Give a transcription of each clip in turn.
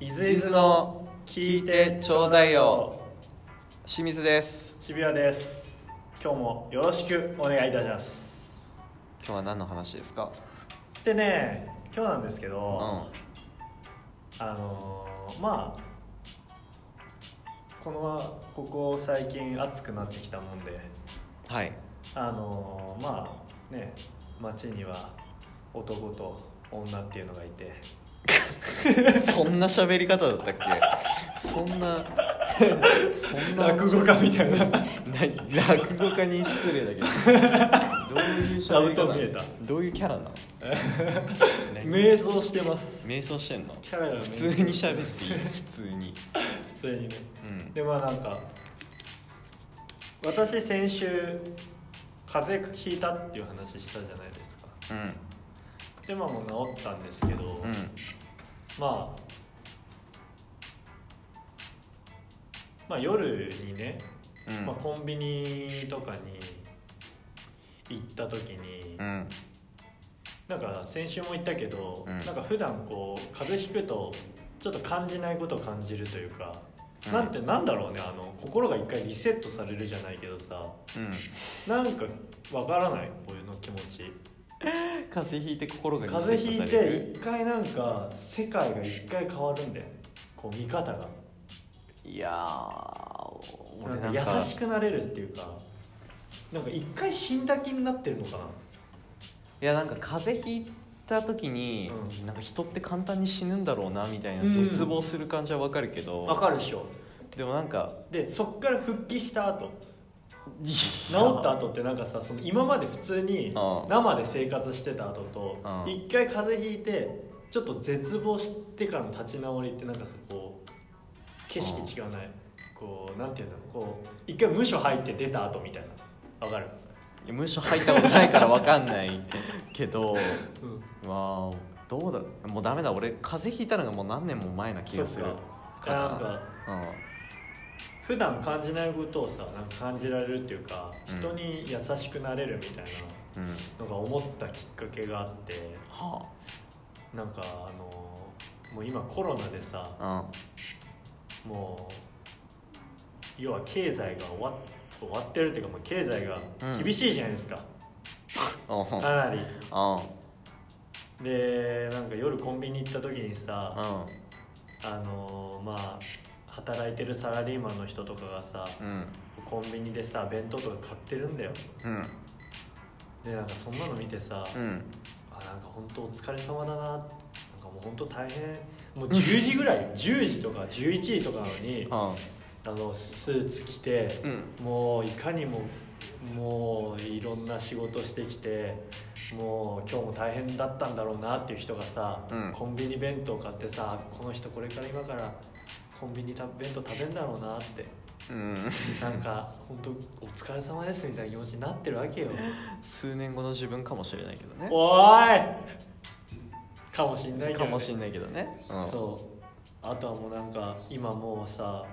伊ズイズの聞いてちょうだいよ清水です渋谷です今日もよろしくお願いいたします今日は何の話ですかでね今日なんですけうんど、あのーまあこのここ最近暑くなってきたもんではい あのーまあね街には男と女っていうのがいてそんな喋り方だったっけそんなそんな落語家みたい な何落語家に失礼だけどどういう喋り座布方団見えなのどういうキ ャラなの何瞑想してます瞑想してんのキャラがね普通に喋 っていい普通に普通にねうんでまあなんか私先週風邪ひいたっていう話したじゃないですかうんでまあもう治ったんですけど、うんまあまあ夜にね、うんまあ、コンビニとかに行った時に、うんなんか先週も言ったけど、うんなんか普段こう風邪ひくとちょっと感じないことを感じるというか、うんなんてなんだろうねあの心が一回リセットされるじゃないけどさうなんんかわからないこういうの気持ち風邪ひいて心がリセ風ット邪さひいれてる一回なんか世界が一回変わるんだよねこう見方がいやー俺なんなんかか優しくなれるっていうかなんか一回死んだ気になってるのかないやなんか風邪ひいた時に、うなんか人って簡単に死ぬんだろうなみたいなうん絶望する感じはわかるけわど、かるでしょでもなんかでそっから復帰した後治治った後ってなんかさその今まで普通にうん生で生活してた後とうん一回風邪ひいてちょっと絶望してからの立ち直りってなんかそこ景色違うないこうなんていうんだろうこう一回無所入って出た後みたいなわかる、むしろ入ったことないからわかんないけどうん、まあどうだもうダメだ俺風邪ひいたのがもう何年も前な気がするそっかからなんかうん普段感じないことをさなんか感じられるっていうかうん人に優しくなれるみたいうんはなのが思ったきっかけがあってあなんかあのもう今コロナでさ、うんもう要は経済が終わっ終わってるっていうかもう経済がうん厳しいじゃないですか、うんうかんなりうんでなんか夜コンビニ行った時にさ、あのーまあ働いてるサラリーマンの人とかがさうんコンビニでさ弁当とか買ってるんだようんでなんかそんなの見てさ、うんあなんか本当お疲れ様だななんかもう本当大変もう10時ぐらい10時とか11時とかなのにうんあのスーツ着て、うんもういかにももういろんな仕事してきてもう今日も大変だったんだろうなっていう人がさ、うんコンビニ弁当買ってさこの人これから今からコンビニた弁当食べんだろうなってうんなん か本当お疲れ様ですみたいな気持ちになってるわけよ数年後の自分かもしれないけどねおーいかもしんないけど、ね、かもしんないけどね、うん、そうあとはもうなんか今もうさ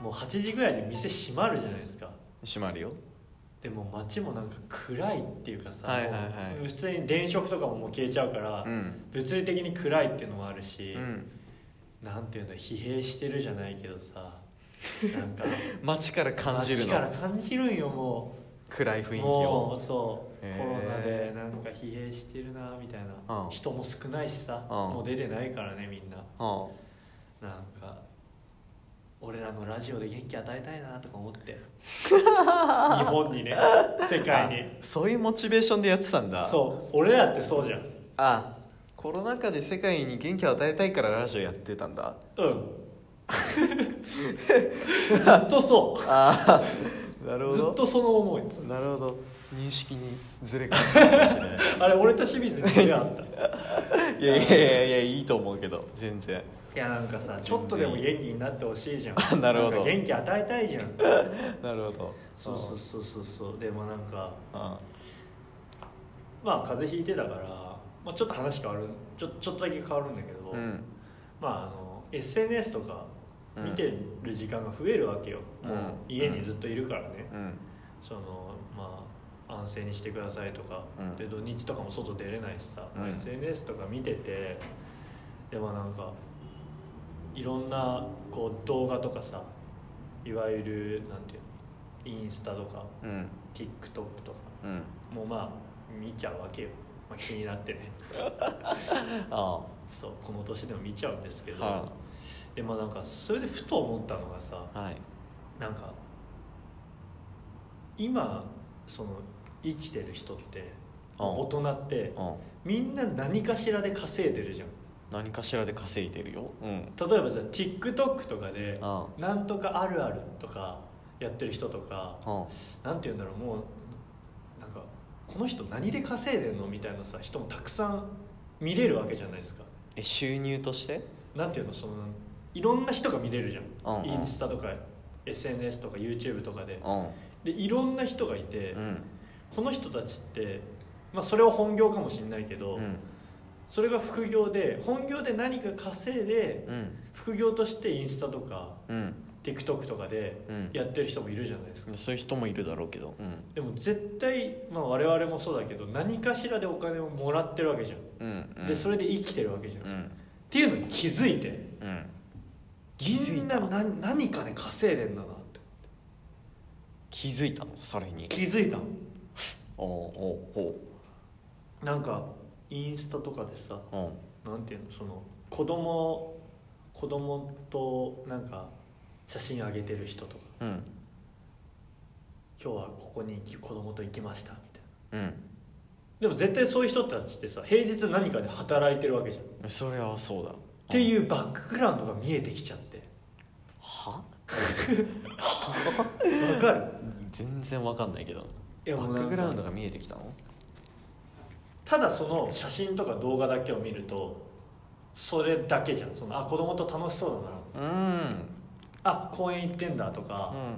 もう8時ぐらいで店閉まるじゃないですか閉まるよでも街もなんか暗いっていうかさ、はいはいはいもう普通に電飾とかももう消えちゃうから、うん物理的に暗いっていうのもあるし、うんなんていうんだ疲弊してるじゃないけどさなんか街から 感じる街からの感じるんよも暗いう雰囲気もをうそう、へーコロナでなんか疲弊してるなみたいな、うん人も少ないしさ、うんもう出てないからねみんなうなんか俺らのラジオで元気与えたいなとか思って 日本にね世ん界に。あそういうモチベーションでやってたんだうそう俺らってそうじゃんあコロナ禍で世界に元気を与えたいからラジオやってたんだうん ずっとそああなるうほずっどとその思いなるほど認識にズレがあったかもしれないあれ俺と清水に違うあった いいやいやいやいやいいと思うけど全然やなんかさちょっとでも元気になってほしいじゃあん なるほどんか元気与えたいじゃんなるほどそうそうそうそうそうでもなんかあまあ風邪ひいてたから、まあ、ちょっと話変わるちょちょっとだけ変わるんだけど、うんまああの SNS とか見てる時間が増えるわけよ、もううん家にずっといるからね、うんそのまあ安静にしてくださいとか、うんで土日とかも外出れないしさ、うん SNS とか見ててでもなんかいろんなこう動画とかさいわゆるなんていうのインスタとかうん TikTok とかうんもうまあ見ちゃうわけよ、まあ、気になってね あそうこの年でも見ちゃうんですけど、はでもなんかそれでふと思ったのがさあはいなんか今その生きてる人ってうん大人ってうんみんな何かしらで稼いでるじゃん何かしらで稼いでるようん例えばじゃあ TikTok とかであ「なんとかあるある」とかやってる人とかあうんなんて言うんだろうもうなんかこの人何で稼いでんのみたいなさ人もたくさん見れるわけじゃないですかえ収入としてなんていうのそのいろんな人が見れるじゃん、うんうんインスタとか SNS とか YouTube とかでうんでいろんな人がいて、うんこの人たちって、まあ、それは本業かもしれないけど、うんそれが副業で本業で何か稼いでうん副業としてインスタとかうん TikTok とかでうんやってる人もいるじゃないですか、そういう人もいるだろうけどうんでも絶対、まあ、我々もそうだけど何かしらでお金をもらってるわけじゃうんうんんでそれで生きてるわけじゃん、うっんていうのに気づいてうん気づみいんなたな何かで稼いでんだなって気づいたのそれに気づいたのおおなんかインスタとかでさおうんなんていうのその子供子供となんか写真あげてる人とかうん今日はここに行き子供と行きましたみたいなうんでも絶対そういう人たちってさ平日何かで働いてるわけじゃんっそれはそうだっていうバックグラウンドが見えてきちゃってはわかる全然わかんないけどいやバもうッなんクかグラウンドが見えてきたのただその写真とか動画だけを見るとそれだけじゃんそのあ子供と楽しそうだなうんあ公園行ってんだとうか、ん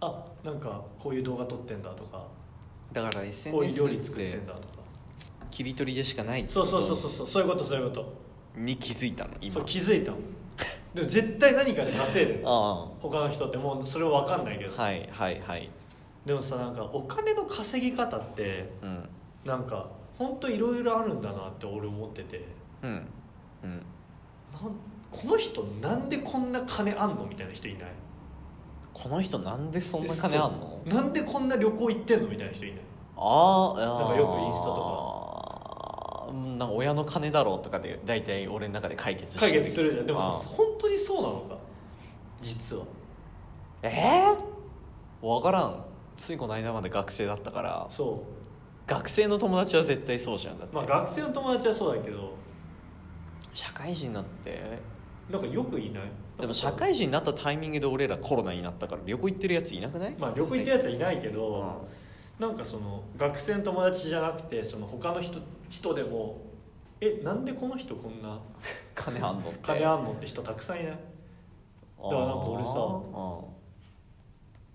あなんかこういう動画撮ってんだとかだかこらういう料 SNS 理っ作っててんだとか切り取りでしかないそうそうそうそうそうそういうことそういうことに気づいたの今そう気づいたのでも絶対何かで稼いでるあ他の人ってもうそれは分かんないけど、あはいはいはいでもさなんかお金の稼ぎ方ってうんなんか本当いろいろあるんだなって俺思っててうんうんなんこの人なんでこんな金あんのみたいな人いないこの人なんでそんな金あんのなんでこんな旅行行ってんのみたいな人いないああなんかよくインスタとかなんか親の金だろうとかで大体俺の中で解決して解る決するじゃんでもさああ本当にそうなのか実はえー、分からんついこの間まで学生だったからそ学生の友達は絶対そうじゃんだっうて、まあ学生の友達はそうだけど社会人になってなんかよくいないでも社会人になったタイミングで俺らコロナになったから旅行行ってるやついなくないまあ旅行行ったやつはいないけうど、なんかその学生の友達じゃなくてその他の人人でもえなんでこの人こんなん金あんのって金あんのって人たくさんいないあーだからなんか俺さう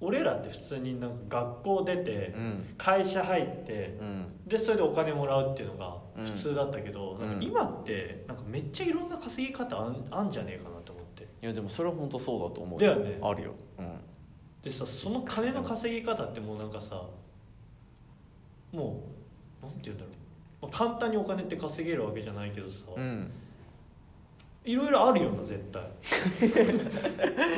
俺らって普通になんか学校出てん会社入ってうんでそれでお金もらうっていうのが普通だったけど、うんなんか今ってなんかめっちゃいろんな稼ぎ方あんあんじゃねえかなと思っていやでもそれは本当そうだと思うだよねあるようんでさその金の稼ぎ方ってもうなんかさもうなんて言うんだろう、まあ、簡単にお金って稼げるわけじゃないけどさ、うんいろいろあるよな絶対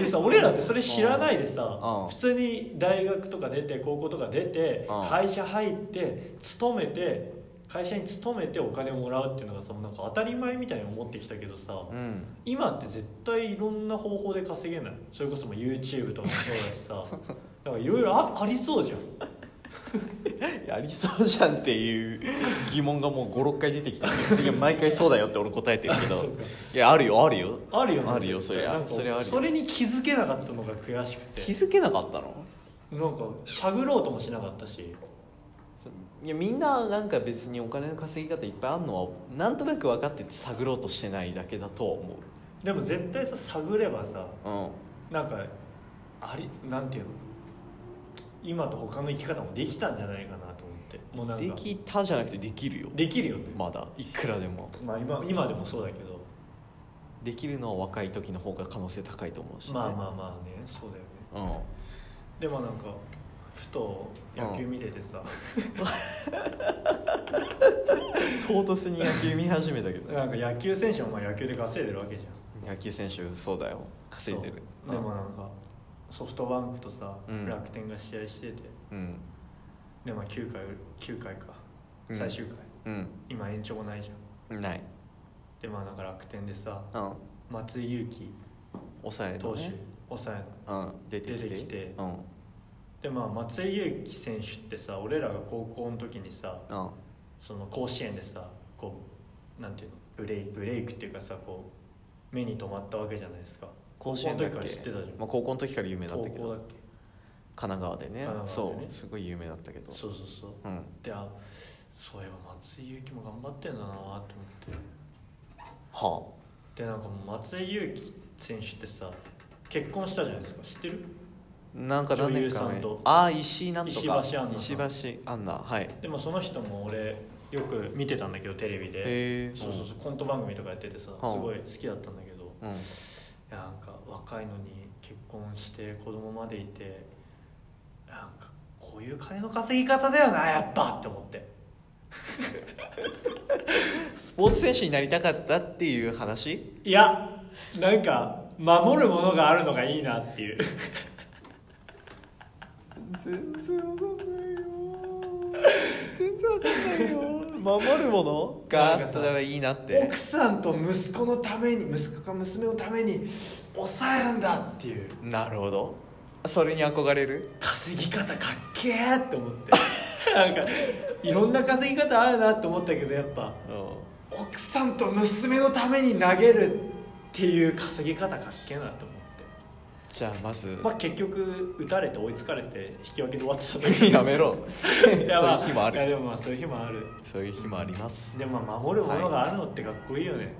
でさ俺らってそれ知らないでさうん普通に大学とか出て高校とか出てうん会社入って勤めて会社に勤めてお金をもらうっていうのがさなんか当たり前みたいに思ってきたけどさうん今って絶対いろんな方法で稼げないそれこそもう YouTube とかもそうだし さなんかいろいろあありそうじゃんやりそうじゃんっていう疑問がもう56回出 てきたけどいや毎回そうだよって俺答えてるけ そどうかいやあるよあるよあるよねあるよ絶対そりゃなんかそれあるよそれに気づけなかったのが悔しく気てづけなかったのなんか探ろうともしなかったしいやみんななんか別にお金の稼ぎ方いっぱいあるのはなんとなく分かってて探ろうとしてないだけだとは思でも絶対さ探ればさうなんかありなんていうの今と他の生き方もできたんじゃないかなと思ってもうなんうんかできたじゃなくてできるよできるよね、まだいくらでもまあ、今今でもそうだけどできるのは若い時の方が可能性高いと思うしね、まあまあまあねそうだよねうんでもなんかふと野球見ててさ、唐突に野球見始めたけどなんか野球選手もまあ野球で稼いでるわけじゃん野球選手そうだよ稼いでるそうでもなんかソフトバンクとさ、うん楽天が試合しててうんでまあ9回9回かうん最終回、うん今延長もないじゃんないでまあなんか楽天でさうん松井裕樹抑え投の手ね抑えのうん出てきて出てきてうんでまあ松井裕樹選手ってさ俺らが高校の時にさうんその甲子園でさこうなんていうのブレイブレイクっていうかさこう目に留まったわけじゃないですか甲子園だっ高校の時けから知ってたじゃんまあ、高校の時から有名だっ高たけ校だどっけ神奈川でね神奈川でねそうすごい有名だったけどそうそうそううんであそういえば松井裕樹も頑張ってんだなと思ってはでなんかもう松井裕樹選手ってさ結婚したじゃないですか知ってるあなんか何年か女優さん前とああ石井なんとか石橋アンナさん石橋アンナはいへでもその人も俺よく見てたんだけどテレビでえそうそうそうコント番組とかやっててさすうんごい好きだったんだけどうんいやなんか若いのに結婚して子供までいてなんかこういう金の稼ぎ方だよなやっぱって思ってスポーツ選手になりたかったっていう話いやなんか守るものがあるのがいいなっていう全然わかんないよ全然わかんないよ守るものがあったらいいなって 奥さんと息子のために息子か娘のために抑えるんだっていうなるほどそれに憧れる稼ぎ方かっけえって思って なんかいろんな稼ぎ方あるなって思ったけどやっぱう奥さんと娘のために投げるっていう稼ぎ方かっけえなって思ってじゃあまず、まあ結局打たれて追いつかれて引き分けで終わってたんだけど やめろ そういう日もあいやるでもまあそういう日もあるそういう日もありますでもまあ守るものがあるのってかっこいいよね、